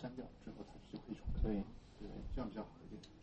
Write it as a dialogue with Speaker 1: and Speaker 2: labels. Speaker 1: 删掉之后，它是会重
Speaker 2: 对
Speaker 1: 对，这样比较好一点。